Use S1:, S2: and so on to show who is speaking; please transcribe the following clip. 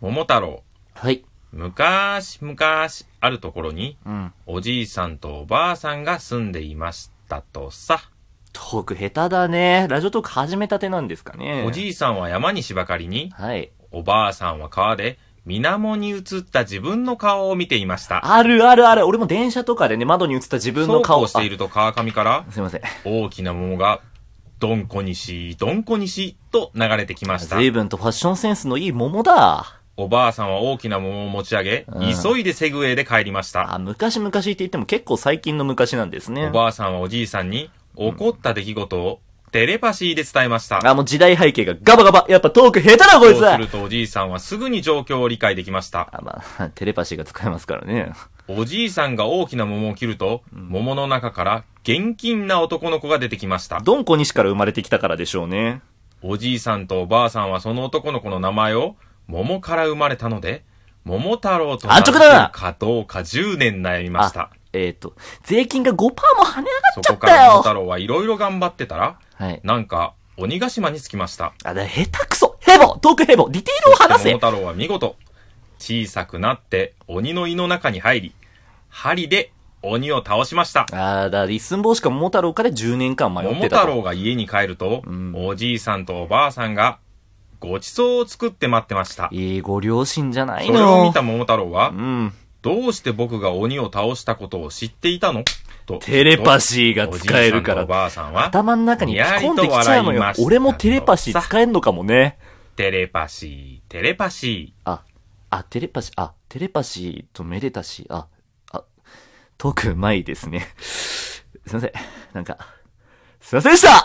S1: 桃太郎。
S2: はい。
S1: 昔昔あるところに、
S2: うん。
S1: おじいさんとおばあさんが住んでいましたとさ。
S2: トーク下手だね。ラジオトーク始めたてなんですかね。
S1: おじいさんは山にしばかりに、
S2: はい。
S1: おばあさんは川で、水面に映った自分の顔を見ていました。
S2: あるあるある。俺も電車とかでね、窓に映った自分
S1: そ
S2: の
S1: う
S2: 顔
S1: こうしていると川上から
S2: あ、すいません。
S1: 大きな桃が、どんこにし、どんこにし、と流れてきました。
S2: 随分とファッションセンスのいい桃だ。
S1: おばあさんは大きな桃を持ち上げ、急いでセグウェイで帰りました。
S2: あ、昔々って言っても結構最近の昔なんですね
S1: お。ばあさんはおじいさんに、起こった出来事を、テレパシーで伝えました。
S2: あ、もう時代背景がガバガバ。やっぱトーク下手だこ
S1: そ
S2: い
S1: う
S2: つ
S1: す
S2: あ
S1: る、とおじいさんはすぐに状況を理解できました。
S2: まあ、 テレパシーが使えますからね。
S1: おじいさんが大きな桃を切ると、桃の中から現金な男の子が出てきました。
S2: どんこ西から生まれてきたからでしょうね。
S1: おじいさんとおばあさんはその男の子の名前を、桃から生まれたので、桃太郎と名付けるかどうか10年悩みました。
S2: えっ、と、税金が5%も跳ね上
S1: そ
S2: が
S1: こ
S2: っ
S1: か
S2: ち
S1: ら桃
S2: ゃった
S1: 太
S2: よ
S1: 郎はいろいろ頑張ってたら、
S2: はい。
S1: なんか、鬼ヶ島に着きました。
S2: あ、だ下手くそヘボトークヘボディテールを話
S1: 桃
S2: せ
S1: 太郎は見事、小さくなって鬼の胃の中に入り、針で鬼を倒しました。
S2: あーだ、一寸法しか桃太郎から10年間迷っ
S1: 桃
S2: てた
S1: 太
S2: と。
S1: 郎が家に帰ると、
S2: ん
S1: おじいさんとおばあさんが、ごちそうを作って待ってました。
S2: いいご両親じゃない
S1: それを
S2: の
S1: 見た桃太郎は
S2: う、ん。
S1: どうして僕が鬼を倒したことを知っていたのと。
S2: テレパシーが使えるか
S1: おじいさんとお
S2: ら。
S1: ばあさんは、
S2: 頭の中に突っ込んで
S1: に
S2: きちゃうの
S1: やりと笑い
S2: よ
S1: まし。た
S2: 俺もテレパシー使えんのかもね。
S1: テレパシー、テレパシ
S2: あ、あ、テレパシー、あ、テレパシーとめでたし、あ、あ、トークうまいですね。すいません。なんか、すいませんでした